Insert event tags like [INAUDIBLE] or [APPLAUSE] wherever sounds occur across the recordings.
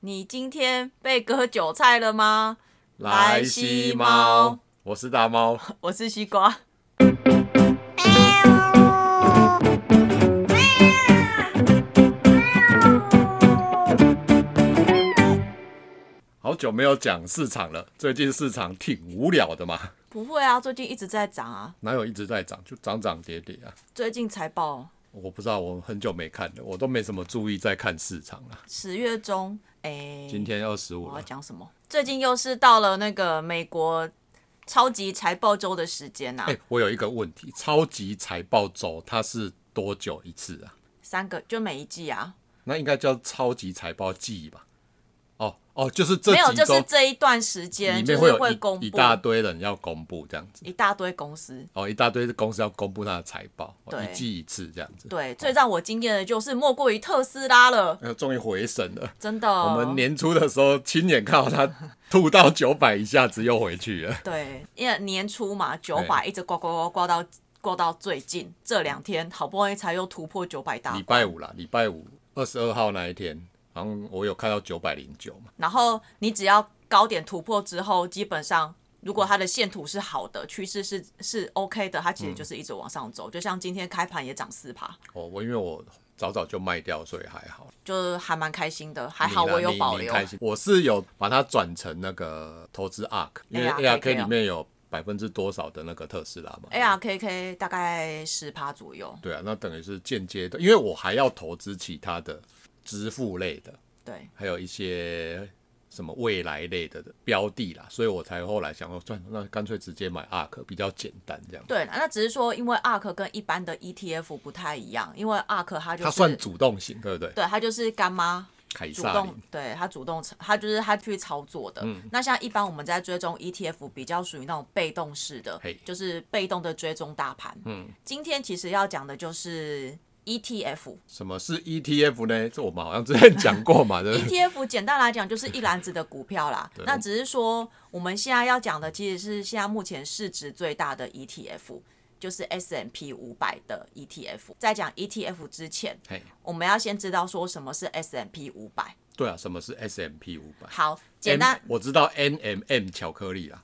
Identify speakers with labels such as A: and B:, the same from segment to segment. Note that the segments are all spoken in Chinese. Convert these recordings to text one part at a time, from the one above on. A: 你今天被割韭菜了吗？ [LAUGHS] 来西猫，
B: 我是大猫。
A: 我是西瓜。
B: 好久没有讲市场了，最近市场挺无聊的嘛，
A: [LAUGHS] 不会啊，最近一直在涨啊，
B: 哪有一直在涨，就涨涨跌跌啊。
A: 最近财报
B: 我不知道，我很久没看了，我都没什么注意在看市场了。
A: 十月中，哎、
B: 今天二十五
A: 我要
B: 了，
A: 讲什么？最近又是到了那个美国超级财报周的时间啊呐、
B: 哎、我有一个问题，超级财报周它是多久一次啊？
A: 三个就每一季啊，
B: 那应该叫超级财报季吧？哦哦，就是这
A: 没有，
B: 几
A: 就是
B: 周
A: 这一段时间
B: 里
A: 就
B: 面
A: 是
B: 有
A: 会
B: 一
A: 公
B: 一
A: 布
B: 大堆人要公布这样子，
A: 一大堆公司。
B: 哦，一大堆公司要公布它的财报，哦
A: 对
B: 一季一次这样子。
A: 对，最让我惊艳的就是莫过于特斯拉了，
B: 呃，终于回神了。
A: 真的。
B: 我们年初的时候亲眼看到它吐到九百，一下子又回去了。
A: 对，因为年初嘛，九百一直刮刮刮刮到刮到最近这两天，好不容易才又突破九百大
B: 礼，拜五啦，礼拜五二十二号那一天，好像我有看到九百零九嘛。
A: 然后你只要高点突破之后，基本上如果它的线图是好的，趋势是是 OK 的，它
B: 嗯
A: 其实就是一直往上走，就像今天开盘也涨四趴，
B: 哦，我因为我早早就卖掉，所以还好。
A: 就是还蛮开心的，还好
B: 你呢
A: 我有
B: 你
A: 保
B: 你
A: 留。
B: 开心，我是有把它转成那个投资 ARK，因为
A: ARK
B: ARK
A: 哦
B: 里面有百分之多少的那个特斯拉
A: 哎
B: 嘛。
A: ARKK 大概十趴左右，
B: 对啊，那等于是间接的，因为我还要投资其他的支付类的，
A: 对，
B: 还有一些什么未来类的标的啦，所以我才后来想说，算了，那干脆直接买 ARK 比较简单，这样。
A: 对啦，那只是说，因为 ARK 跟一般的 ETF 不太一样，因为 ARK 它就是
B: 它算主动型，对不对？
A: 对，它就是干妈
B: 凯
A: 主
B: 撒
A: 动
B: 林，嗯
A: 对他主动，他就是他去操作的。那像一般我们在追踪 ETF 比较属于那种被动式的
B: 嘿，
A: 就是被动的追踪大盘。嗯，今天其实要讲的就是 E
B: [LAUGHS]
A: ETF。
B: 什么是 ETF 呢？这我们好像之前讲
A: [LAUGHS]
B: 过嘛，对不对？
A: ETF ，E 简单来讲就是一篮子的股票
B: [LAUGHS]
A: 啦。那只是说我们现在要讲的其实是现在目前市值最大的 ETF，就是 S M P 五百的 ETF。在讲 ETF 之前，
B: 嘿，
A: 我们要先知道说什么是 S M P 五百。
B: 对啊，什么是 S M P 五百？
A: 好，简单
B: M- 我知道 N M M 巧克力啦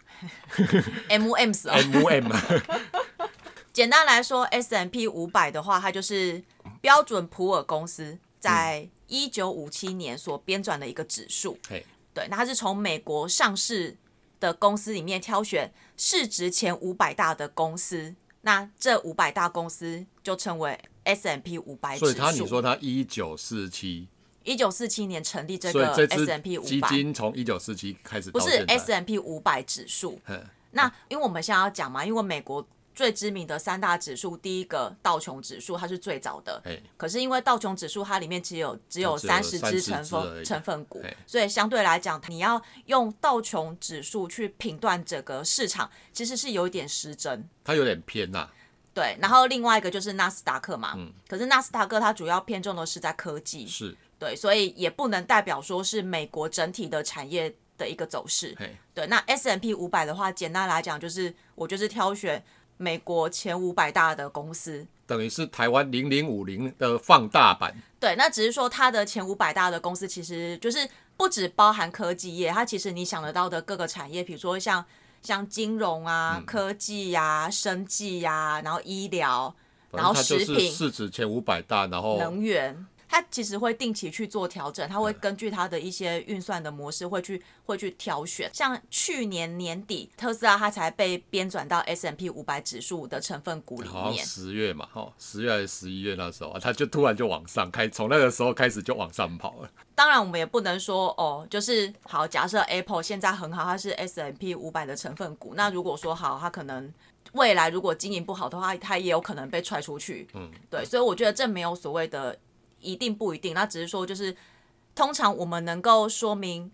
A: M M S 哦。
B: ，M M
A: [LAUGHS] 简单来说，S M P 五百的话，它就是标准普尔公司在一九五七年所编撰的一个指数。
B: 嘿，
A: 对，那它是从美国上市的公司里面挑选市值前五百大的公司，那这五百大公司就称为 S M P 五百指数。
B: 所以他你说他一九四七，
A: 一九四七年成立这
B: 所
A: 个
B: 以这
A: S M P
B: 支
A: 五
B: 基
A: 百，
B: 金从一九四七开始
A: 不
B: 到
A: 是
B: 现在，
A: S M P 五百指数。
B: 嗯
A: 那因为我们现在要讲嘛，因为美国最知名的三大指数，第一个道琼指数它是最早的，
B: 嘿，
A: 可是因为道琼指数它里面只有只有
B: 哦只有
A: 三十只成
B: 30只而
A: 分
B: 已
A: 成分股
B: 嘿，
A: 所以相对来讲，你要用道琼指数去评断整个市场，其实是有一点失真。
B: 他有点偏呐、
A: 对，然后另外一个就是纳斯达克嘛，
B: 嗯
A: 可是纳斯达克它主要偏重的是在科技，
B: 是，
A: 对，所以也不能代表说是美国整体的产业的一个走势。
B: 嘿，
A: 对，那 S M P 五百的话，简单来讲就是我就是挑选美国前五百大的公司。
B: 等于是台湾零零五零的放大版，
A: 对，那只是说它的前五百大的公司其实就是不只包含科技业，它其实你想得到的各个产业，比如说像像金融啊、科技呀、生技呀、然后医疗、
B: 反
A: 然后
B: 正它就
A: 食
B: 是
A: 品
B: 市值前五百大，然后
A: 能源。它其实会定期去做调整，它会根据它的一些运算的模式会去会去挑选。像去年年底，特斯拉它才被编转到 S M P 五百指数的成分股里
B: 好像
A: 面。
B: 十月嘛，哈、十月还是十一月那时候啊，它就突然就往上开，从那个时候开始就往上跑了。
A: 当然，我们也不能说哦，就是好，假设 Apple 现在很好，它是 S M P 五百的成分股，那如果说好，它可能未来如果经营不好的话，它也有可能被踹出去。嗯，对，所以我觉得这没有所谓的一定不一定，那只是说就是通常我们能够说明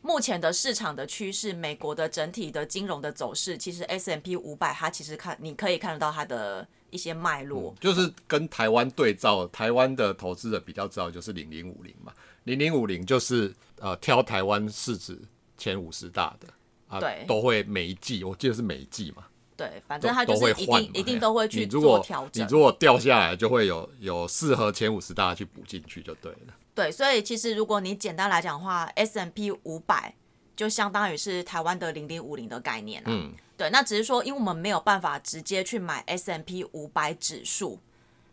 A: 目前的市场的趋势，美国的整体的金融的走势，其实 S M P 五百它其实看你可以看得到它的一些脉络。
B: 就是跟台湾对照，台湾的投资者比较知道就是零零五零嘛，零零五零就是呃挑台湾市值前五十大的啊，
A: 对
B: 都会每一季，我记得是每一季嘛，
A: 对，反
B: 都
A: 正它就
B: 都会
A: 是一
B: 换嘛
A: 定，一定
B: 嘿
A: 都会去
B: 你如
A: 做
B: 果
A: 调
B: 你
A: 整。
B: 如果掉下来，就会有有适合前五十大去补进去就对了。
A: 对，所以其实如果你简单来讲的话，S M P 五百就相当于是台湾的零零五零的概念啦。啊
B: 嗯，
A: 对，那只是说，因为我们没有办法直接去买 S M P 五百指数，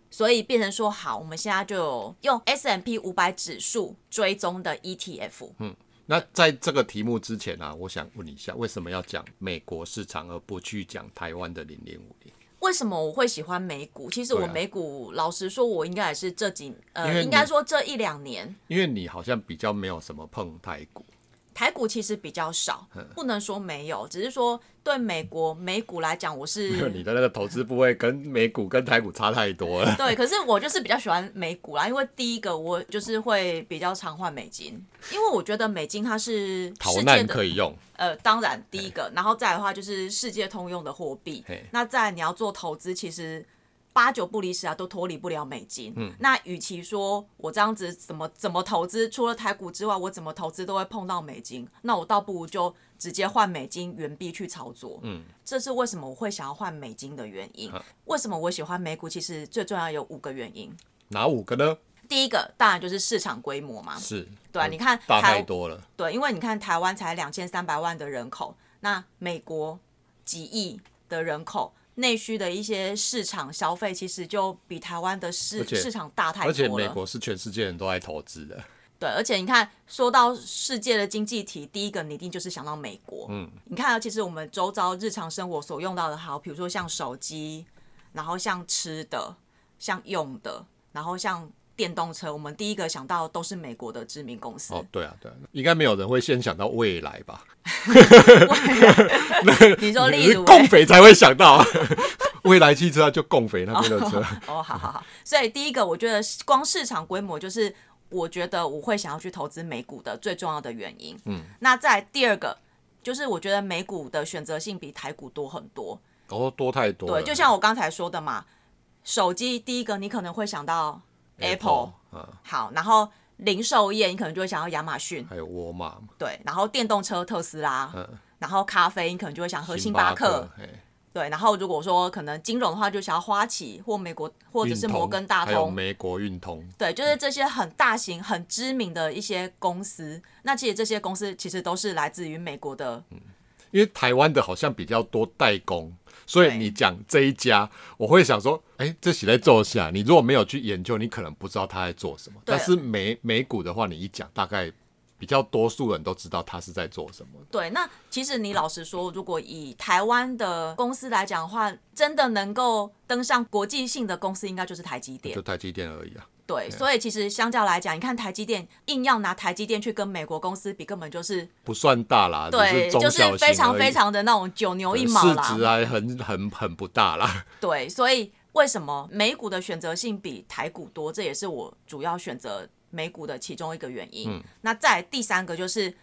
A: 所以变成说，好，我们现在就有用 S M P 五百指数追踪的 E T F。
B: 嗯那在这个题目之前啊，我想问一下，为什么要讲美国市场而不去讲台湾的零零五零？
A: 为什么我会喜欢美股？其实
B: 对
A: 我
B: 啊
A: 美股，老实说，我应该也是这几
B: 因
A: 呃，
B: 为
A: 应
B: 你
A: 该说这一两年
B: 因为你好像比较没有什么碰台股，
A: 台股其实比较少，
B: 嗯
A: 不能说没有，只是说对美国美股来讲，我
B: 因为
A: 是
B: [LAUGHS] 你的那个投资部位跟美股跟台股差太多了。
A: 对，可是我就是比较喜欢美股啦，因为第一个我就是会比较常换美金，因为我觉得美金它是
B: 逃
A: 世界
B: 难
A: 的
B: 可以用，
A: 呃，当然第一个，然后再来的话就是世界通用的货币
B: 嘿，
A: 那再来你要做投资，其实。八九不离十啊，都脱离不了美金。嗯，那与其说我这样子怎么怎么投资，除了台股之外，我怎么投资都会碰到美金，那我倒不如就直接换美金原币去操作。嗯，这是为什么我会想要换美金的原因。为什么我喜欢美股？其实最重要有五个原因。
B: 哪五个呢？
A: 第一个当然就是市场规模嘛，
B: 是
A: 对啊，你看
B: 嗯大太
A: 台
B: 多了。
A: 对，因为你看台湾才两千三百万的人口，那美国几亿的人口，内需的一些市场消费其实就比台湾的市
B: 而且
A: 市场大太
B: 而且
A: 多
B: 美
A: 了。
B: 国是全世界人都爱投资的，
A: 对，而且你看，说到世界的经济体，第一个你一定就是想到美国。嗯，你看啊，其实我们周遭日常生活所用到的，好，比如说像手机，然后像吃的，像用的，然后像电动车，我们第一个想到都是美国的知名公司。
B: 哦，对啊，对啊，应该没有人会先想到未来吧？
A: 你说，例
B: 是
A: 如、
B: 共匪才会想到， [LAUGHS] 未来汽车就共匪那边的车。
A: 哦，好
B: [LAUGHS]
A: 好好。所以第一个，我觉得光市场规模就是我觉得我会想要去投资美股的最重要的原因。嗯，那再来第二个。就是我觉得美股的选择性比台股多很多，
B: 哦，多太多了。
A: 对，就像我刚才说的嘛，手机第一个你可能会想到 Apple，
B: 啊，
A: 好，然后零售业你可能就会想到亚马逊，
B: 还有沃尔玛嘛、
A: 对，然后电动车特斯拉，
B: 嗯
A: 然后咖啡你可能就会想喝星
B: 巴
A: 克，
B: 嘿
A: 对，然后如果说可能金融的话，就想要花旗或美国或者是
B: 运通
A: 摩根大
B: 还有
A: 通，
B: 美国运通。
A: 对，就是这些很大型、很知名的一些公司。那其实这些公司其实都是来自于美国的，
B: 嗯因为台湾的好像比较多代工，所以
A: 对
B: 你讲这一家，我会想说，哎、这是在做啥？你如果没有去研究，你可能不知道他在做什么。
A: 对
B: 但是美美股的话，你一讲，大概比较多数人都知道他是在做什么。
A: 对，那其实你老实说，如果以台湾的公司来讲的话，真的能够登上国际性的公司，应该就是台积电
B: 就。台积电而已啊。
A: 对，所以其实相较来讲，你看台积电硬要拿台积电去跟美国公司比，根本就是
B: 不算大啦，
A: 对，
B: 啊只是
A: 就
B: 中
A: 是
B: 小型
A: 非常
B: 而已
A: 非常的那种九牛一
B: 对
A: 毛
B: 市值
A: 啦。
B: 还很 [LAUGHS] 很很不大啦。 [LAUGHS]
A: 对，所以为什么美股的选择性比台股多？这也是我主要选择美股的其中一个原因。
B: 嗯
A: 那再来第三个就是。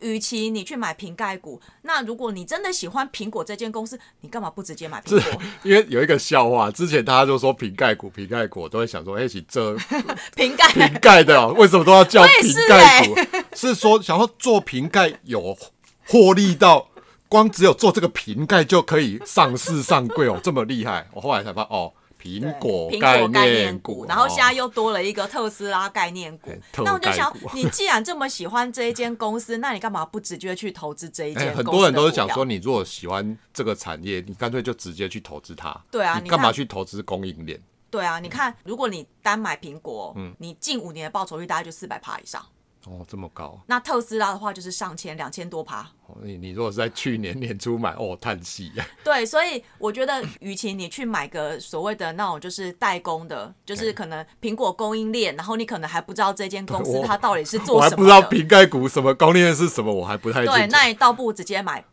A: 与其你去买瓶盖股，那如果你真的喜欢苹果这间公司，你干嘛不直接买苹果？
B: 因为有一个笑话，之前大家就说瓶盖股、瓶盖股，我都会想说，哎、起这
A: [LAUGHS] [LAUGHS] 瓶盖
B: 瓶盖的哦为什么都要叫
A: 也
B: 瓶
A: 是欸
B: 盖股？ [LAUGHS] 是说想要做瓶盖有获利到光只有做这个瓶盖就可以上市上柜哦，这么厉害？我后来才发现哦，苹果
A: 苹
B: 概
A: 果概念
B: 股，
A: 然后现在
B: 哦
A: 又多了一个特斯拉概念股
B: 哎。特
A: 那我就
B: 概
A: 想
B: 股，
A: 你既然这么喜欢这一间公司，那你干嘛不直接去投资这一
B: 哎、
A: 间公司的
B: 很
A: 股票？
B: 多人都是想说，你如果喜欢这个产业，你干脆就直接去投资它。
A: 对啊
B: 你
A: 你
B: 干嘛
A: 看
B: 去投资供应链？
A: 对啊，
B: 嗯
A: 你看，如果你单买苹果，你近五年的报酬率大概就四百趴以上。
B: 哦，这么高！
A: 那特斯拉的话就是上千、两千多趴。
B: 哦你你如果是在去年年初买，哦，叹气呀。
A: 对，所以我觉
B: [LAUGHS]
A: 得，与其你去买个所谓的那种就是代工的，就是可能苹果供应链，然后你可能还不知道这间公司
B: 我
A: 它到底是 [LAUGHS] 做
B: 我还
A: 什么的，
B: 不知道瓶盖股什么供应链是什么，我还不太
A: 对，
B: 清楚。
A: 那你倒不如直接买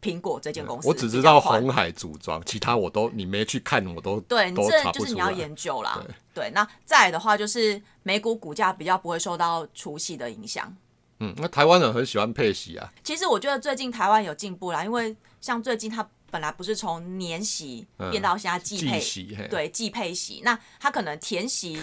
A: 苹果这间公司。
B: 我只知
A: 比较
B: 道
A: 快
B: 红海组装，其他我都你没去看，我都
A: 对，你
B: 都
A: 这
B: 查
A: 就
B: 不
A: 是
B: 出
A: 你要
B: 来。
A: 研究啦。对，那再来的话就是美股股价比较不会受到除夕的影响。
B: 嗯，那台湾人很喜欢配息啊，
A: 其实我觉得最近台湾有进步啦，因为像最近它本来不是从年息变到现在季
B: 嗯季
A: 配，
B: 息嘿
A: 对季配息，那它可能填
B: [LAUGHS]
A: 息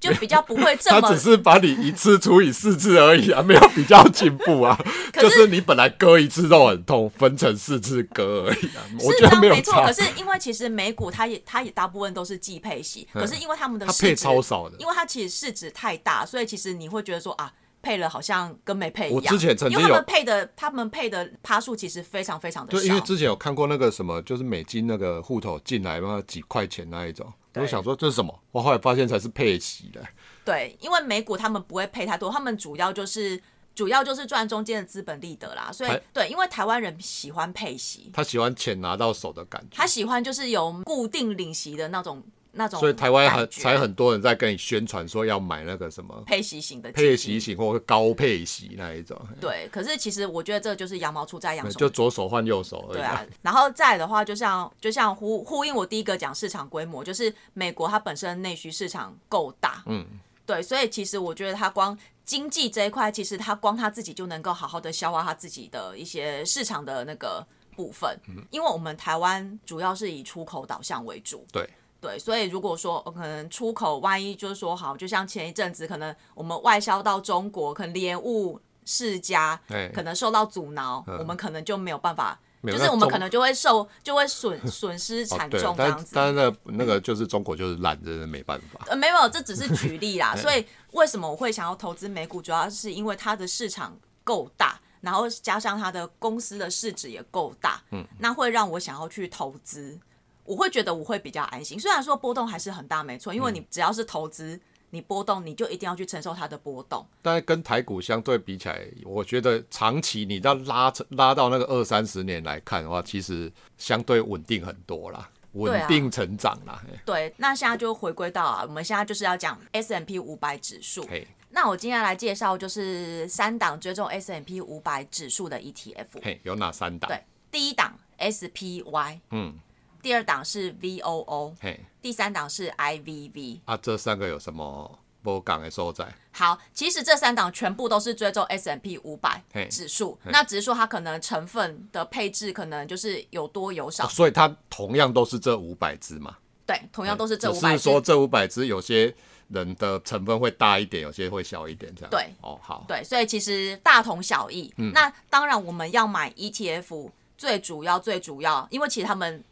A: 就比较不会这
B: 他
A: 么
B: 只是把你一次除以四次而已啊，没有比较进步
A: [LAUGHS]
B: 啊。
A: 是
B: 就是你本来割一次肉很痛，分成四次割而已啊。我
A: 是这
B: 觉得
A: 样
B: 没有
A: 没错，
B: 差
A: 可，是因为其实美股它也它也大部分都是季配息，可是因为他们的
B: 它
A: 市
B: 配
A: 值
B: 超少的
A: 因为它其实市值太大，所以其实你会觉得说啊。配了好像跟没配一样，
B: 我之前曾
A: 因
B: 经
A: 为他
B: 有
A: 们配的，他们配的趴数其实非常非常的
B: 对，
A: 少，
B: 因为之前有看过那个什么，就是美金那个户头进来嘛，几块钱那一种，我
A: 对
B: 就想说这是什么？我后来发现才是配息的。 [LAUGHS]
A: 对，因为美股他们不会配太多，他们主要就是主要就是赚中间的资本利得啦，所以
B: 台
A: 对，因为台湾人喜欢配息，
B: 他喜欢钱拿到手的感觉，
A: 他喜欢就是有固定领息的那种那种感觉，
B: 所以台湾很才很多人在跟你宣传说要买那个什么
A: 配息型的基金
B: 配息型或高配息那一种，
A: 对，可是其实我觉得这就是羊毛出在羊手
B: 就左手换右手而已
A: 对
B: 啊。
A: 啊，然后再来的话，就像就像呼呼应我第一个讲市场规模，就是美国它本身内需市场够大，嗯，对，所以其实我觉得它光经济这一块，其实它光它自己就能够好好的消化它自己的一些市场的那个部分，
B: 嗯
A: 因为我们台湾主要是以出口导向为主，
B: 对
A: 对，啊所以如果说、呃可能出口万一就是说好，就像前一阵子可能我们外销到中国，可能莲雾世家
B: 哎
A: 可能受到阻挠，我们可能就没有办法，
B: 没有
A: 就是
B: 嗯那
A: 我们
B: 中
A: 可能就会受就会损损失
B: 哦
A: 惨
B: 对
A: 重，这样
B: 但
A: 子。
B: 但是那个那个就是中国就是烂，真的没办法。
A: 呃，没有，这只是举例啦。所以为什么我会想要投资美股，主要是因为它的市场够大，然后加上它的公司的市值也够大，嗯，那会让我想要去投资，我会觉得我会比较安心。虽然说波动还是很大，没错，因为你只要是投资，你波动你就一定要去承受它的波动。
B: 但是跟台股相对比起来，我觉得长期你要拉成拉到那个二三十年来看的话，其实相对稳定很多啦，
A: 啊
B: 稳定成长啦。嘿
A: 对，那现在就回归到啊，我们现在就是要讲 S M P 五百指数。
B: 嘿，
A: 那我今天来介绍就是三档追踪 S M P 五百指数的 E T F。
B: 嘿，有哪三档？
A: 对，第一档 SPY，
B: 嗯，
A: 第二档是 VOO，
B: 嘿，
A: 第三档是 IVV。
B: 啊，这三个有什么波港的所在？
A: 好，其实这三档全部都是追踪 S M P 五百
B: 嘿
A: 指数，那只是说它可能成分的配置可能就是有多有少，
B: 啊所以它同样都是这五百只嘛，
A: 对，同样都是这
B: 只
A: 五百
B: 是说这五百只有些人的成分会大一点，有些会小一点，这样。
A: 对
B: 哦，好，
A: 对，所以其实大同小异。
B: 嗯
A: 那当然，我们要买 ETF，最主要最主要，因为其实他们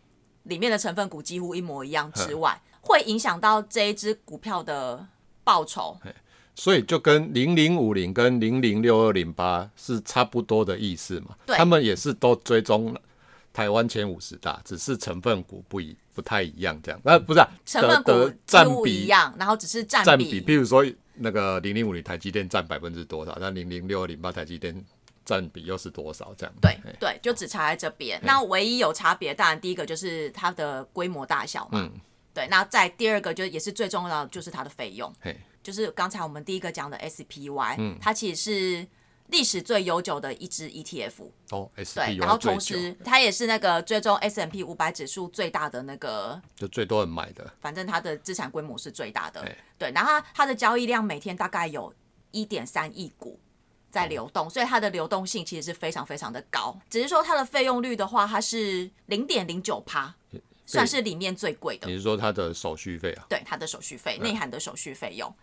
A: 里面的成分股几乎一模一样之外，会影响到这一只股票的报酬。
B: 所以就跟零零五零跟零零六二零八是差不多的意思嘛。
A: 对
B: 他们也是都追踪台湾前五十大，只是成分股不一不太一样这样。那、不是、啊、
A: 成分
B: 的
A: 股
B: 的
A: 几
B: 占
A: 乎一
B: 比
A: 样，然后只是占
B: 占比，
A: 比
B: 譬如说那个零零五零台积电占百分之多少，那零零六二零八台积电占比又是多少这样？
A: 对
B: 嘿
A: 对，就只差在这边。那唯一有差别，当然第一个就是它的规模大小嘛，
B: 嗯
A: 对。那再第二个就也是最重要的，就是它的费用，
B: 嘿，
A: 就是刚才我们第一个讲的 SPY，、它
B: 嗯
A: 其实是历史最悠久的一支 ETF，
B: 哦，S
A: 对。
B: P
A: 然后
B: U 最
A: 同
B: 久
A: 时它也是那个追踪 S M P 五百指数最大的那个，
B: 就最多人买的，
A: 反正它的资产规模是最大的
B: 对，
A: 对。然后它它的交易量每天大概有一点三亿股。在流动，所以它的流动性其实是非常非常的高。只是说它的费用率的话，它是零点零九趴，算是里面最贵的
B: 你。是说它的手续费啊？
A: 对它的手续费，内涵的手续费用。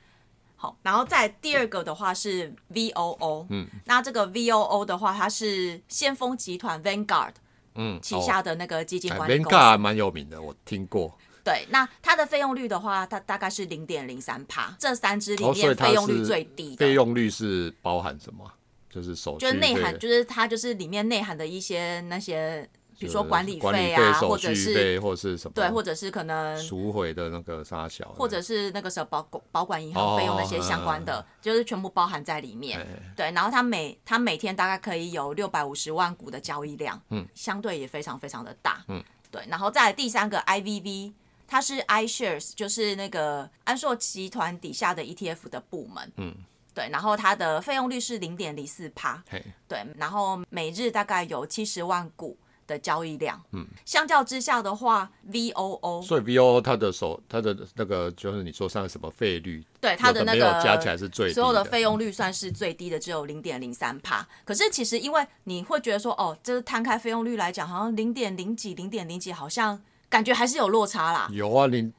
A: 好，然后再第二个的话是 VOO，嗯，那这个 VOO 的话，它是先锋集团 Vanguard
B: 嗯，
A: 旗下的那个基金
B: 哦
A: 管
B: 哎
A: 理公司，
B: Vanguard 还蛮有名的，我听过。
A: 对，那它的费用率的话，它大概是零点零三趴，这三支里
B: 哦，所以
A: 面
B: 它
A: 费用率
B: 是
A: 最低的，
B: 费用率是包含什么？就是手续
A: 就是内涵，
B: 费
A: 就是它就是里面内涵的一些那些，比如说
B: 就是
A: 管理
B: 管
A: 费
B: 理
A: 啊，
B: 手
A: 或者
B: 续
A: 是
B: 费嗯或是什么
A: 对，或者是可能
B: 赎回的那个沙小的，
A: 或者是那个时候保保管银行费
B: 哦
A: 用那些相关
B: 嗯
A: 的，就是全部包含在里
B: 哎
A: 面。对，然后它每它每天大概可以有六百五十万股的交易量，嗯，相对也非常非常的大，嗯，对。然后再来第三个 IVV，它是 iShares，就是那个安硕集团底下的 ETF 的部门，嗯，对。然后它的费用率是零点零四趴，
B: 嘿
A: 对，然后每日大概有七十万股。的交易量。嗯，相较之下的话，VOO
B: 所以 VOO 它的手它的那个就是你说上什么费率，
A: 对它的
B: 有的
A: 那
B: 没
A: 个
B: 有加起来是最低
A: 所有
B: 的
A: 的费用率算是最低的，只有零点零三帕。可是其实因为你会觉得说，哦，这摊开费用率来讲，好像零点零几、零点零几，好像感觉还是有落差啦。
B: 有啊，你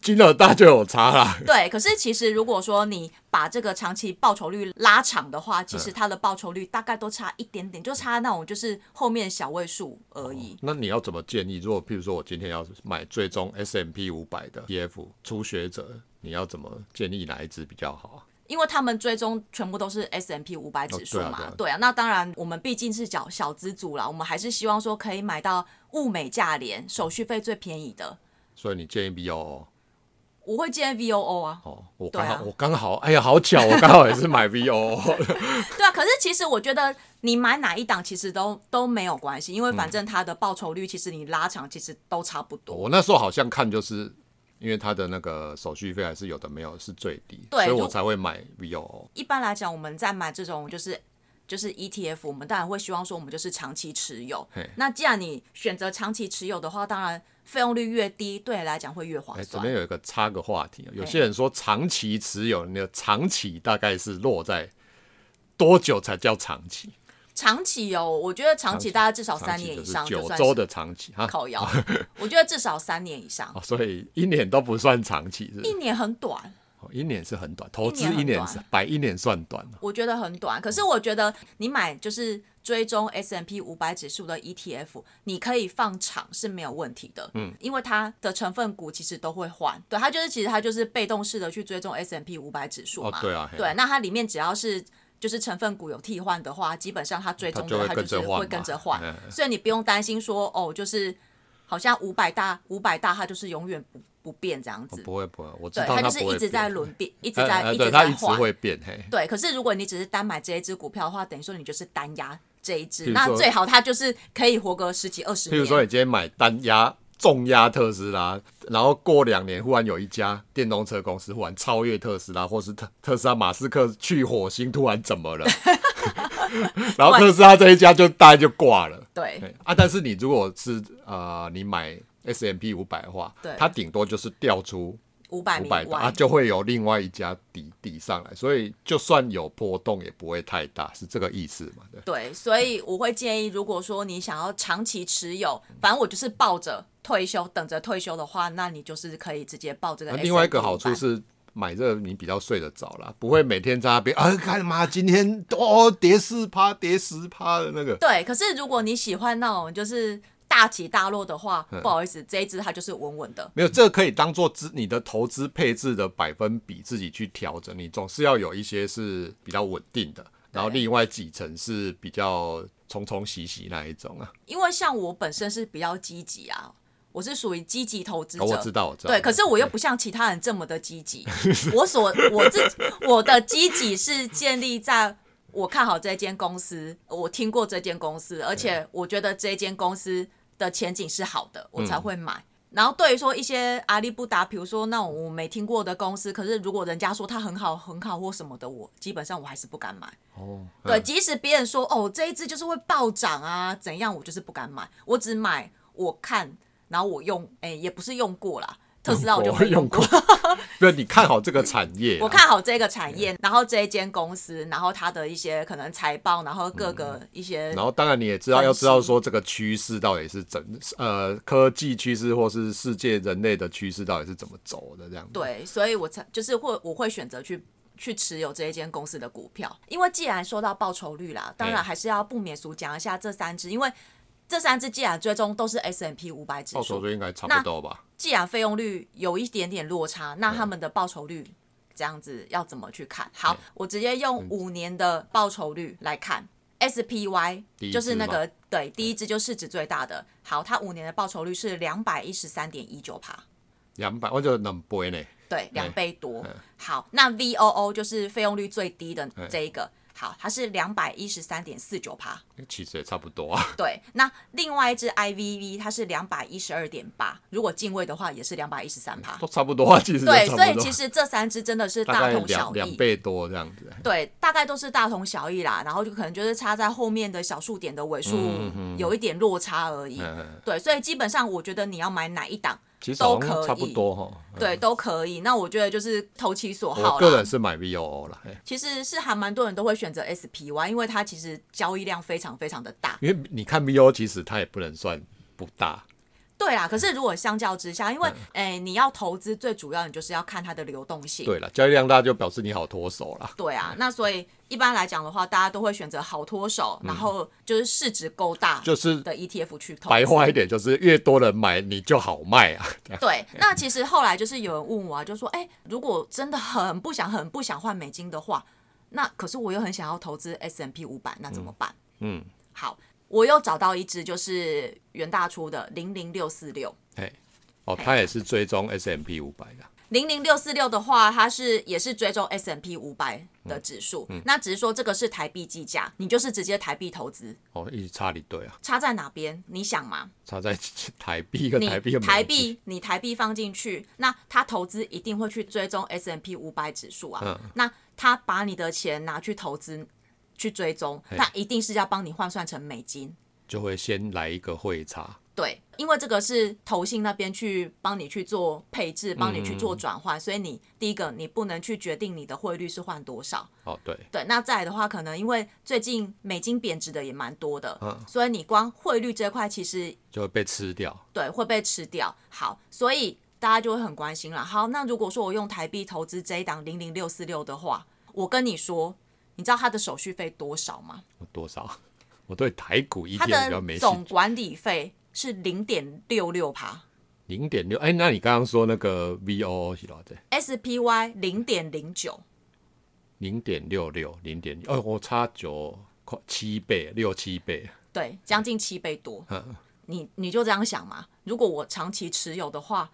B: 金额大就有差啦。
A: 对，可是其实如果说你把这个长期报酬率拉长的话，其实
B: 嗯
A: 它的报酬率大概都差一点点，就差那种就是后面小位数而已。
B: 那你要怎么建议？如果譬如说我今天要买最终 S M P 五百的 E F 初学者，你要怎么建议哪一支比较好啊？
A: 因为他们追踪全部都是 S M P 五百指数
B: 哦对啊
A: 嘛，
B: 对啊
A: 那当然我们毕竟是小小资族啦，我们还是希望说可以买到物美价廉、手续费最便宜的。
B: 所以你建议 VOO
A: 我会建议 V O O 啊，
B: 哦，我
A: 对
B: 刚
A: 啊
B: 好、我刚好，哎呀，好巧，我刚好也是买 [LAUGHS] VOO，
A: 对啊，可是其实我觉得你买哪一档其实都都没有关系，因为反正它的报酬率其实你拉长其实都差不多。
B: 我那时候好像看就是因为它的那个手续费还是有的没有是最低，
A: 对
B: 所以
A: 如
B: 我才会买 VOO。
A: 一般来讲，我们在买这种就是就是 ETF，我们当然会希望说我们就是长期持有
B: 嘿。
A: 那既然你选择长期持有的话，当然费用率越低，对你来讲会越划
B: 哎，这
A: 算。
B: 边有一个插个话题，有些人说长期持有，你的长期大概是落在多久才叫长期？
A: 长期哦，我觉得长期大概至少三年以上
B: 长期就是
A: 算
B: 九
A: 是
B: 周的长期哈、
A: 靠腰，我觉得至少三年以上
B: 哦，，所以一年都不算长期，是不
A: 一
B: 是
A: 年很短。
B: 哦一年是很短，投资
A: 一
B: 一
A: 年很
B: 年
A: 短
B: 是百一年算短哦了
A: 我觉得很短，可是我觉得你买就是追踪 S M P 五百指数的 E T F，你可以放长是没有问题的，嗯，因为它的成分股其实都会换，对，它就是其实它就是被动式的去追踪 S M P 五百指数嘛、
B: 哦对啊嘿啊
A: 对，那它里面只要是。就是成分股有替换的话，基本上它追踪
B: 它就
A: 的
B: 会
A: 它
B: 跟
A: 就是
B: 着换
A: 会
B: 嘛
A: 跟着换，
B: 嗯
A: 所以你不用担心说哦，就是好像五百大五百大它就是永远不不变这样
B: 哦
A: 子，
B: 不会不会，我知
A: 对，
B: 道
A: 它
B: 它
A: 就
B: 不
A: 是
B: 会
A: 一直
B: 变
A: 在轮
B: [LAUGHS]
A: 变，一直
B: 呃
A: 在、
B: 呃
A: 一
B: 对
A: 直
B: 它
A: 在
B: 一直
A: 换，
B: 会变嘿。
A: 对，可是如果你只是单买这一只股票的话，等于说你就是单压这一
B: 譬
A: 只，
B: 如
A: 那
B: 说
A: 最好它就是可以活个十几二十
B: 譬
A: 年。
B: 如说，你今天买单压重压特斯拉，然后过两年忽然有一家电动车公司忽然超越特斯拉，或是特特斯拉马斯克去火星突然
A: [LAUGHS]
B: 怎么了，然后特斯拉这一家就大概就挂了。
A: [LAUGHS] 对
B: 对啊，但是你如果是呃，你买 S M P 五百的话
A: 对，
B: 它顶多就是调出
A: 五百
B: 五
A: 米
B: 百
A: 以
B: 的啊，
A: 外，
B: 就会有另外一家抵抵上来，所以就算有波动也不会太大，是这个意思嘛？对，
A: 对，所以我会建议，如果说你想要长期持有，反正我就是抱着退休，等着退休的话，那你就是可以直接抱这个
B: 那
A: S&P 500。
B: 另外一个好处是。买这个你比较睡得着啦，不会每天在那边啊，干嘛今天哦跌四趴、跌十趴的那个，
A: 对，可是如果你喜欢那种就是大起大落的话，
B: 嗯
A: 不好意思，这一只它就是稳稳的。
B: 没有，这个可以当做资你的投资配置的百分比自己去调整，你总是要有一些是比较稳定的，然后另外几层是比较冲冲洗洗那一种啊。
A: 因为像我本身是比较积极啊，我是属于积极投资者、
B: 哦我知道我知道
A: 对，可是我又不像其他人这么的积极，我所我自我的积极是建立在。我看好这间公司，我听过这间公司，而且我觉得这间公司的前景是好的，我才会买。然后对于说一些阿里不达，比如说那种我没听过的公司，可是如果人家说它很好很好或什么的，我基本上我还是不敢买。
B: 哦，
A: 对，即使别人说哦这一只就是会暴涨啊，怎样，我就是不敢买，我只买我看，然后我用，哎、也不是用过啦，特斯拉我就没
B: 用
A: 过，
B: 过，不是你看好这个产业啊，嗯
A: 我 [LAUGHS] 看好这个产业，然后这一间公司，然后它的一些可能财报，然后各个一些，
B: 嗯然后当然你也知道，
A: 分析
B: 要知道说这个趋势到底是怎，呃，科技趋势或是世界人类的趋势到底是怎么走的这样。，
A: 对，所以我才就是会我会选择去。去持有这一间公司的股票，因为既然说到报酬率啦，当然
B: 哎
A: 还是要不免俗讲一下这三只，因为这三只既然最终都是 S M P 五百指
B: 到时
A: 数
B: 候，就应该差不多吧。
A: 既然费用率有一点点落差，那他们的报酬率这样子要怎么去看？好，我直接
B: 嗯
A: 用五年的报酬率来看。SPY
B: 第一支
A: 就是那个对，第一支就市值最大的。好，它五年的报酬率是两百一十三点一九趴，
B: 两百，我就能播呢。嗯
A: 对，两倍多。好，那 VOO 就是费用率最低的这一个，好，它是两百一十三点四九趴。
B: 其实也差不多啊。
A: 对，那另外一只 IVV 它是两百一十二点八，如果进位的话也是两百一十三趴。
B: 都差不多啊，其实都
A: 对，
B: 差不
A: 所以
B: 多
A: 其实这三只真的是
B: 大
A: 大
B: 概
A: 同
B: 两
A: 小
B: 两
A: 异。
B: 倍多这样子。
A: 对，大概都是大同小异啦，然后就可能就是差在后面的小数点的尾数有一点落差而已。
B: 嗯，
A: 对，所以基本上我觉得你要买哪一档
B: 其实
A: 都
B: 好
A: 可
B: 像
A: 以，
B: 差不多哈。
A: 对，都可以。那我觉得就是投其所
B: 嗯我
A: 好
B: 个
A: 啦
B: 人。是买 VOO 啦，哎嘿
A: 其实是还蛮多人都会选择 SPY，因为它其实交易量非常非常的大。
B: 因为你看 VOO 其实它也不能算不大，
A: 对啦，可是如果相较之下，因为
B: 嗯
A: 诶、你要投资，最主要你就是要看它的流动性。
B: 对了，交易量大就表示你好脱手啦。
A: 对啊，那所以一般来讲的话，大家都会选择好脱手，然后就是市值够大
B: 嗯就是
A: 的 ETF 去投资。
B: 白话一点就是越多人买你就好卖啊。
A: 对，那其实后来就是有人问我啊，就说，哎、如果真的很不想、很不想换美金的话，那可是我又很想要投资 S M P 五百，那怎么办？
B: 嗯嗯
A: 好，我又找到一只就是袁大出的零零六四六。
B: 嘿，哦，它也是追踪 S M P 五百的。
A: 零零六四六的话，它是也是追踪 S M P 五百的指数，
B: 嗯
A: 那只是说这个是台币计价，你就是直接台币投资，
B: 哦，一直差一对啊，
A: 差在哪边？你想嘛，
B: 差在 [LAUGHS] 台币跟
A: 你
B: 台币跟美
A: 台
B: 金
A: 币，你台币放进去，那他投资一定会去追踪 S M P 五百指数啊。
B: 嗯
A: 那他把你的钱拿去投资，去追踪，
B: 嘿
A: 那一定是要帮你换算成美金。
B: 就会先来一个汇差。
A: 对，因为这个是投信那边去帮你去做配置，帮你去
B: 嗯
A: 做转换，所以你第一个你不能去决定你的汇率是换多少。
B: 哦，对，
A: 对，那再来的话，可能因为最近美金贬值的也蛮多的，
B: 嗯
A: 所以你光汇率这块其实
B: 就会被吃掉。
A: 对，会被吃掉。好，所以大家就会很关心了。好，那如果说我用台币投资这一档零零六四六的话，我跟你说，你知道它的手续费多少吗？
B: 多少？ [LAUGHS] 我对台股一
A: 它
B: 点比较
A: 的
B: 没
A: 总
B: 兴趣。
A: 管理费是零点六六趴
B: 零点六，哎，那你刚刚说那个 VOO 是多少？
A: ，SPY 零点零九。
B: 零点六六，零点哦，我差九块七倍，六七倍。
A: 对，将近七倍多。
B: 嗯
A: 你你就这样想嘛？如果我长期持有的话，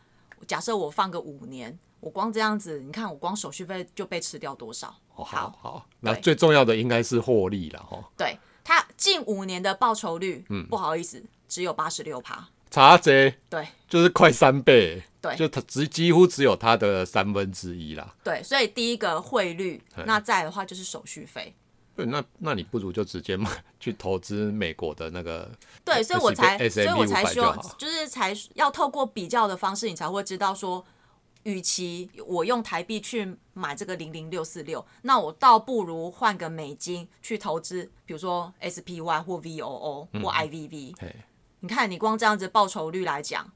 A: 假设我放个五年，我光这样子，你看我光手续费就被吃掉多少？
B: 哦，好，好，那最重要的应该是获利哦了哈，
A: 对它近五年的报酬率，
B: 嗯
A: 不好意思，只有八十六趴。
B: 差这
A: 对
B: 就是快三倍，
A: 对
B: 就它只几乎只有它的三分之一啦。
A: 对，所以第一个汇率，那再来的话就是手续费。
B: 对，那那你不如就直接买去投资美国的那个，
A: 对，所以我才，所
B: S&P
A: 以我才
B: E 500就
A: 说
B: 好，
A: 就是才要透过比较的方式，你才会知道说，与其我用台币去买这个零零六四六，那我倒不如换个美金去投资，比如说 SPY 或 VOO
B: 嗯
A: 或 IVV、
B: 嘿，
A: 你看，你光这样子报酬率来讲，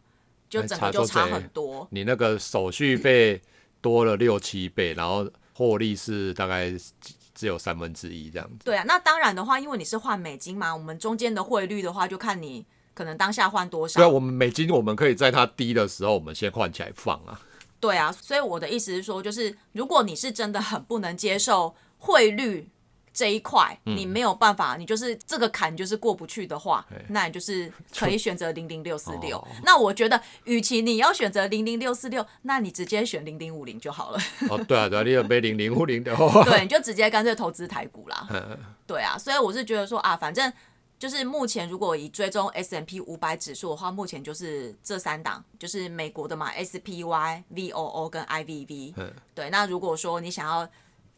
A: 就整个就
B: 哎差
A: 差
B: 多
A: 很多。
B: 你那个手续费多了六七倍，然后获利是大概只只有三分之一这样子。
A: 对啊，那当然的话，因为你是换美金嘛，我们中间的汇率的话，就看你可能当下换多少
B: 对啊，。我们美金我们可以在它低的时候，我们先换起来放啊。
A: [LAUGHS] 对啊，所以我的意思是说，就是如果你是真的很不能接受汇率这一块，你
B: 嗯
A: 没有办法，你就是这个坎就是过不去的话，那你就是可以选择零零六四六
B: 哦。
A: 那我觉得，与其你要选择零零六四六，那你直接选零零五零就好了。
B: 哦，对啊，对啊，你有杯零零五零的哦话，
A: 对，你就直接干脆投资台股啦。 [LAUGHS] 对啊，所以我是觉得说啊，反正就是目前如果以追踪 S M P 五百指数的话，目前就是这三档，就是美国的嘛，S P Y、V O O 跟 I V V。对，那如果说你想要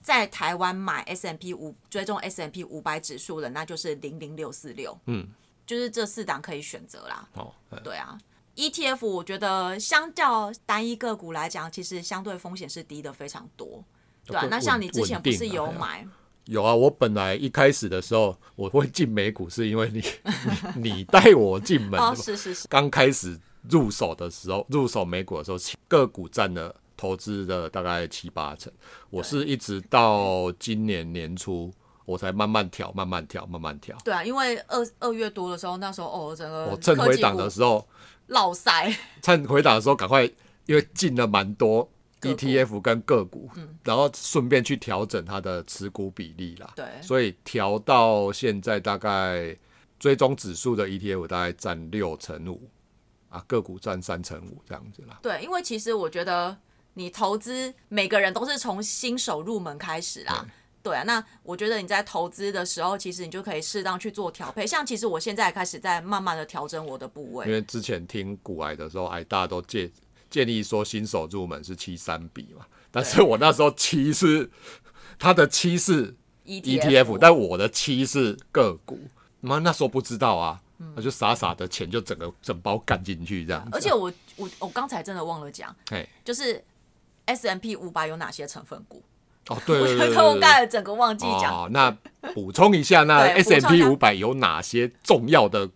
A: 在台湾买 S M P 五追踪 S M P 五百指数的，那就是零零六四六。
B: 嗯，
A: 就是这四档可以选择啦。
B: 哦，呃
A: 对啊。ETF 我觉得相较单一个股来讲，其实相对风险是低的非常多，对啊
B: 哦对
A: 那像你之前不是
B: 稳定啊
A: 有
B: 对啊
A: 买，
B: 有啊，我本来一开始的时候我会进美股，是因为你 [LAUGHS] 你你带我进门
A: 哦，
B: 的嘛，
A: 是是是，
B: 刚开始入手的时候，入手美股的时候，个股占了投资的大概七八成。我是一直到今年年初，我才慢慢调，慢慢调，慢慢调。
A: 对啊，因为二二月多的时候，那时候哦，整个
B: 我趁
A: 科
B: 回
A: 技
B: 档的
A: 股
B: 时候，
A: 落塞，
B: 趁回档的时候赶快，因为进了蛮多
A: 个股嗯
B: ETF 跟个股，然后顺便去调整它的持股比例啦。
A: 对
B: 所以调到现在大概追踪指数的 ETF 大概占六成五，啊，个股占三成五这样子啦。
A: 对，因为其实我觉得你投资每个人都是从新手入门开始啦。对啊，那我觉得你在投资的时候，其实你就可以适当去做调配。像其实我现在也开始在慢慢的调整我的部
B: 因
A: 位，
B: 为之前听古癌的时候，癌大都建建议说新手入门是七三比嘛，但是我那时候七是他的七是
A: ，E
B: ETF，但 E 我的七是个股，妈那时候不知道啊，我就傻傻的钱就整个整包干进去这样子，
A: 嗯而且我我我刚才真的忘了讲，
B: 嘿，
A: 就是 S M P 五百有哪些成分股，
B: 哦对
A: 我觉
B: 对对对
A: 得我
B: 对
A: 刚才整个忘记讲。
B: 哦，那补充一下，那
A: 对
B: S
A: 补
B: M
A: 充
B: P
A: 一下
B: 五百有哪些重要的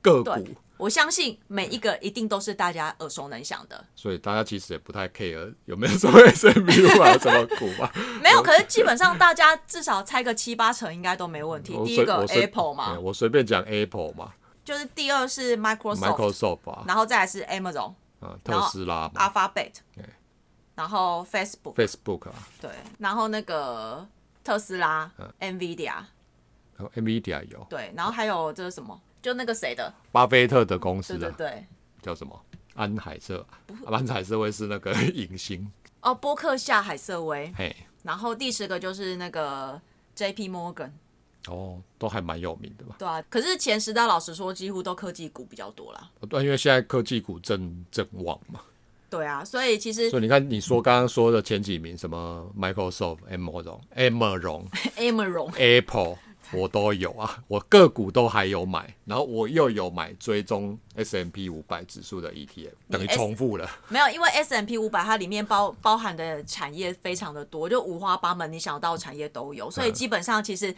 B: 个股
A: 对？我相信每一个一定都是大家耳熟能详的，
B: 所以大家其实也不太 care 有没有什么 S M P 五百什么股吧。
A: 没有，可是基本上大家至少猜个七八成应该都没问题。
B: 我
A: 第
B: 随
A: 一个
B: 嗯我随
A: Apple 嘛
B: 对，我随便讲 Apple 嘛
A: 就是第二是 Microsoft，
B: ，Microsoft 啊，
A: 然后再来是 Amazon、
B: 啊特
A: 然后
B: 斯拉嘛
A: Alphabet，然后 Facebook，
B: ，Facebook 啊，
A: 对，然后那个特斯拉、NVIDIA，
B: 嗯然后 NVIDIA 有，
A: 对，然后还有这是什么？就那个谁的？
B: 巴菲特的公
A: 对
B: 司
A: 对
B: 啊，
A: 对，
B: 叫什么？安海瑟，啊安海瑟会是那个 [LAUGHS] 影星，
A: 哦，波克夏海瑟薇，
B: 嘿，
A: 然后第十个就是那个 J.P. Morgan，
B: 哦，都还蛮有名的吧？
A: 对啊。可是前十大老实说，几乎都科技股比较多啦。
B: 对，因为现在科技股正正旺嘛。
A: 对啊，所以其实
B: 所以你看，你说刚刚说的前几名，什么 Microsoft、Amazon、Amazon、
A: [LAUGHS] Amazon
B: Apple，我都有啊，我个股都还有买，然后我又有买追踪 S M P 五百指数的 ETF，等于
A: S-
B: 重复了。
A: 没有，因为 S M P 五百它里面包包含的产业非常的多，就五花八门，你想到的产业都有，
B: 嗯
A: 所以基本上其实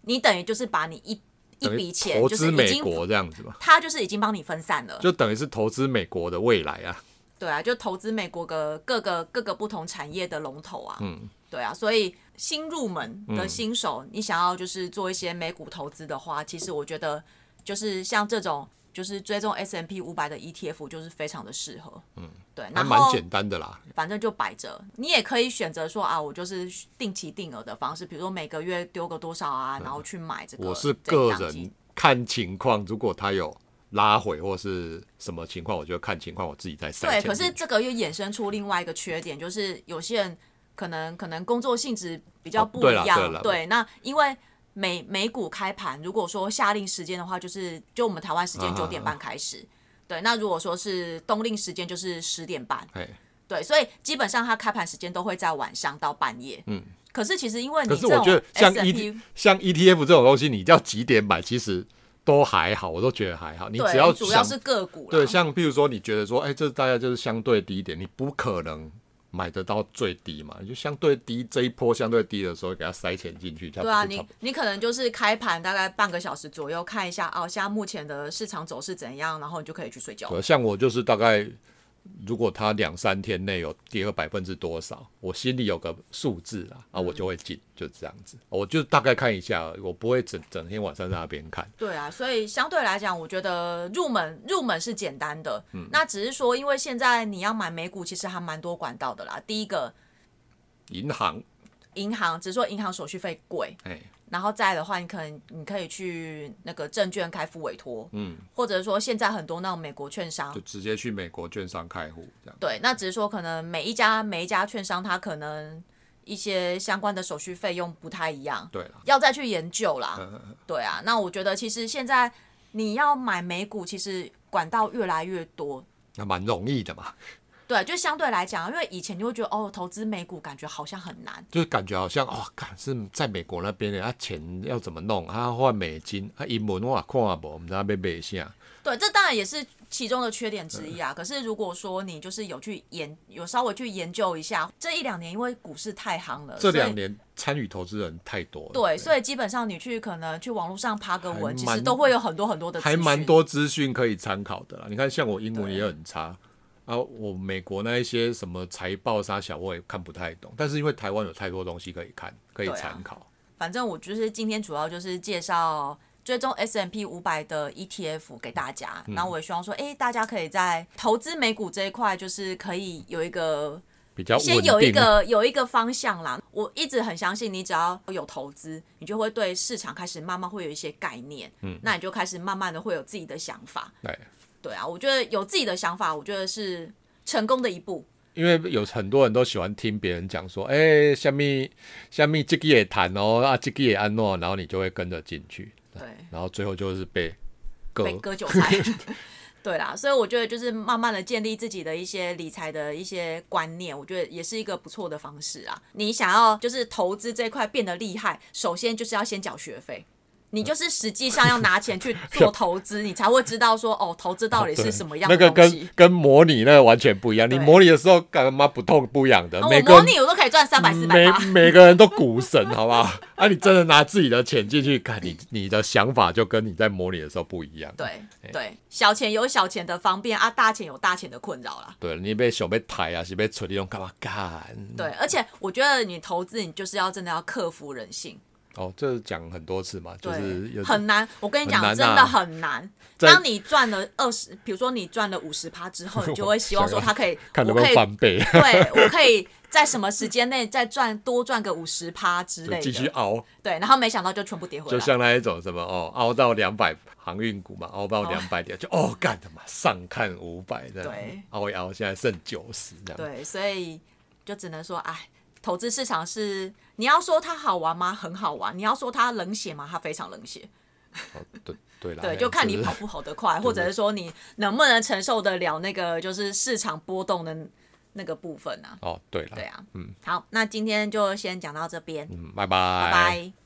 A: 你等于就是把你一一
B: 等于
A: 笔钱
B: 投
A: 就是
B: 资
A: 已
B: 美
A: 经，
B: 国这样子吧，
A: 它就是已经帮你分散了，
B: 就等于是投资美国的未来啊。
A: 对啊，就投资美国的各个各个不同产业的龙头啊，嗯，对啊，所以新入门
B: 嗯
A: 的新手，你想要就是做一些美股投资的话，其实我觉得就是像这种就是追踪 S M P 五百的 E T F 就是非常的适合，嗯，对，
B: 还
A: 然
B: 蛮
A: 后
B: 简单的啦，
A: 反正就摆着，你也可以选择说啊，我就是定期定额的方式，比如说每个月丢个多少啊，然后去买这个。
B: 嗯我是
A: 这一
B: 个
A: 档
B: 人
A: 基
B: 看情况，如果他有拉回或是什么情况，我就看情况我自己再塞
A: 对，
B: 钱
A: 可是
B: 进去
A: 这个又衍生出另外一个缺点，就是有些人可能可能工作性质比较不
B: 哦对
A: 一
B: 啦
A: 样，
B: 对啦
A: 那因为美美股开盘，如果说夏令时间的话，就是就我们台湾时间
B: 啊
A: 九点半开始，对，那如果说是冬令时间就是十点半，
B: 嘿
A: 对，所以基本上它开盘时间都会在晚上到半夜，嗯。可是其实因为你
B: 可是
A: 这
B: 我
A: 种
B: 觉得像
A: S&P
B: E 像 ETF 这种东西，你要几点买，其实都还好，我都觉得还好。你
A: 对，
B: 只要
A: 主要
B: 想
A: 是个股啦
B: 对，像譬如说，你觉得说，哎、这大概就是相对低一点，你不可能买得到最低嘛，你就相对低这一波相对低的时候，给它塞钱进去，
A: 对
B: 差不多
A: 啊，
B: 差
A: 你
B: 不多
A: 你可能就是开盘大概半个小时左右看一下哦，现在目前的市场走势怎样，然后你就可以去睡觉。
B: 对像我就是大概，如果它两三天内有跌个百分之多少，我心里有个数字啦，啊，我
A: 嗯
B: 就会进，就这样子，我就大概看一下，我不会整整天晚上在那边看。
A: 对啊，所以相对来讲，我觉得入门入门是简单的。
B: 嗯
A: 那只是说，因为现在你要买美股，其实还蛮多管道的啦。第一个，
B: 银行，
A: 银行，只是说银行手续费贵，
B: 哎、
A: 然后再来的话，你可能你可以去那个证券开付委托，嗯，或者说现在很多那种美国券商
B: 就，直接去美国券商开户这样。
A: 对，那只是说可能每一家每一家券商，它可能一些相关的手续费用不太一样，
B: 对啦，呃
A: 要再去研究啦。
B: 嗯
A: 对啊，那我觉得其实现在你要买美股，其实管道越来越多。
B: 那蛮容易的嘛。
A: 对，就相对来讲，因为以前就会觉得哦，投资美股感觉好像很难。
B: 就是感觉好像哦，看是在美国那边的，啊钱要怎么弄？啊换美金，啊英文我也看啊不，我们在那边背一下。
A: 对，这当然也是其中的缺点之一啊。
B: 嗯
A: 可是如果说你就是有去研，有稍微去研究一下，这一两年因为股市太行了，所
B: 这
A: 以
B: 两年参与投资人太多了，
A: 对，所以基本上你去可能去网络上爬个文，
B: 还
A: 其实
B: 蛮
A: 都会有很多很多的资
B: 还蛮
A: 讯。
B: 多资讯可以参考的啦。你看，像我英文也很差啊，我美国那一些什么财报啥小我也看不太懂，但是因为台湾有太多东西可以看，可以
A: 对啊
B: 参考。
A: 反正我就是今天主要就是介绍追踪 S M P 五百的 E T F 给大家，那我也希望说，哎、大家可以在投资美股这一块，就是可以有一个
B: 比较
A: 先
B: 稳
A: 有一
B: 定，
A: 个有一个方向啦。我一直很相信，你只要有投资，你就会对市场开始慢慢会有一些概念，嗯，那你就开始慢慢的会有自己的想法，
B: 对，
A: 对啊，我觉得有自己的想法，我觉得是成功的一步。
B: 因为有很多人都喜欢听别人讲说，哎、下面下面这个也谈哦，啊这个也安诺，然后你就会跟着进去，
A: 对，
B: 然后最后就是被割
A: 被割韭菜。 [LAUGHS] 对啦，所以我觉得就是慢慢的建立自己的一些理财的一些观念，我觉得也是一个不错的方式啊。你想要就是投资这块变得厉害，首先就是要先缴学费。你就是实际上要拿钱去做投资，你才会知道说哦，投资到底
B: 啊
A: 是什么样
B: 那
A: 的
B: 个
A: 东西
B: 跟。跟模拟那个完全不一样。你
A: 对
B: 模拟的时候，干嘛不痛不痒的，
A: 啊
B: 每
A: 我
B: 个
A: 模
B: 人
A: 拟我都可以赚三百四百啊
B: 每
A: 八，
B: 每个人都股神， [LAUGHS] 好不好？啊，你真的拿自己的钱进去看，你你的想法就跟你在模拟的时候不一样。
A: 对对，小钱有小钱的方便啊，大钱有大钱的困扰啦。
B: 对，你被想被抬啊，是被锤你用干嘛干？
A: 对，而且我觉得你投资，你就是要真的要克服人性，
B: 哦，这讲很多次嘛，就
A: 对，
B: 是有
A: 很难。我跟你讲，
B: 很
A: 真
B: 难啊
A: 的很难。
B: 在
A: 当你赚了二十，比如说你赚了五十趴之后，你就会希
B: [LAUGHS]
A: 望说他可以，
B: 看能
A: 我
B: 不
A: 可
B: 能
A: 以，
B: 翻倍，
A: 对我可以在什么时间内再赚多赚个五十趴之类
B: 就继续
A: 的。
B: 熬，
A: 对，然后没想到就全部跌回
B: 就
A: 来。
B: 像那一种什么哦，熬到两百航运股嘛，熬到两百点就哦，干他妈上看五百这样
A: 对，
B: 熬一熬，现在剩九十这样。
A: 对，所以就只能说，哎，投资市场是你要说它好玩吗？很好玩。你要说它冷血吗？它非常冷血。
B: 哦对对啦，
A: 对，
B: 哎
A: 就看你
B: 是
A: 跑不跑得
B: [LAUGHS]
A: 快，或者是说你能不能承受得了那个就是市场波动的那个部分啊。
B: 哦，对了，
A: 对啊，嗯，好，那今天就先讲到这边，
B: 嗯，拜
A: 拜拜。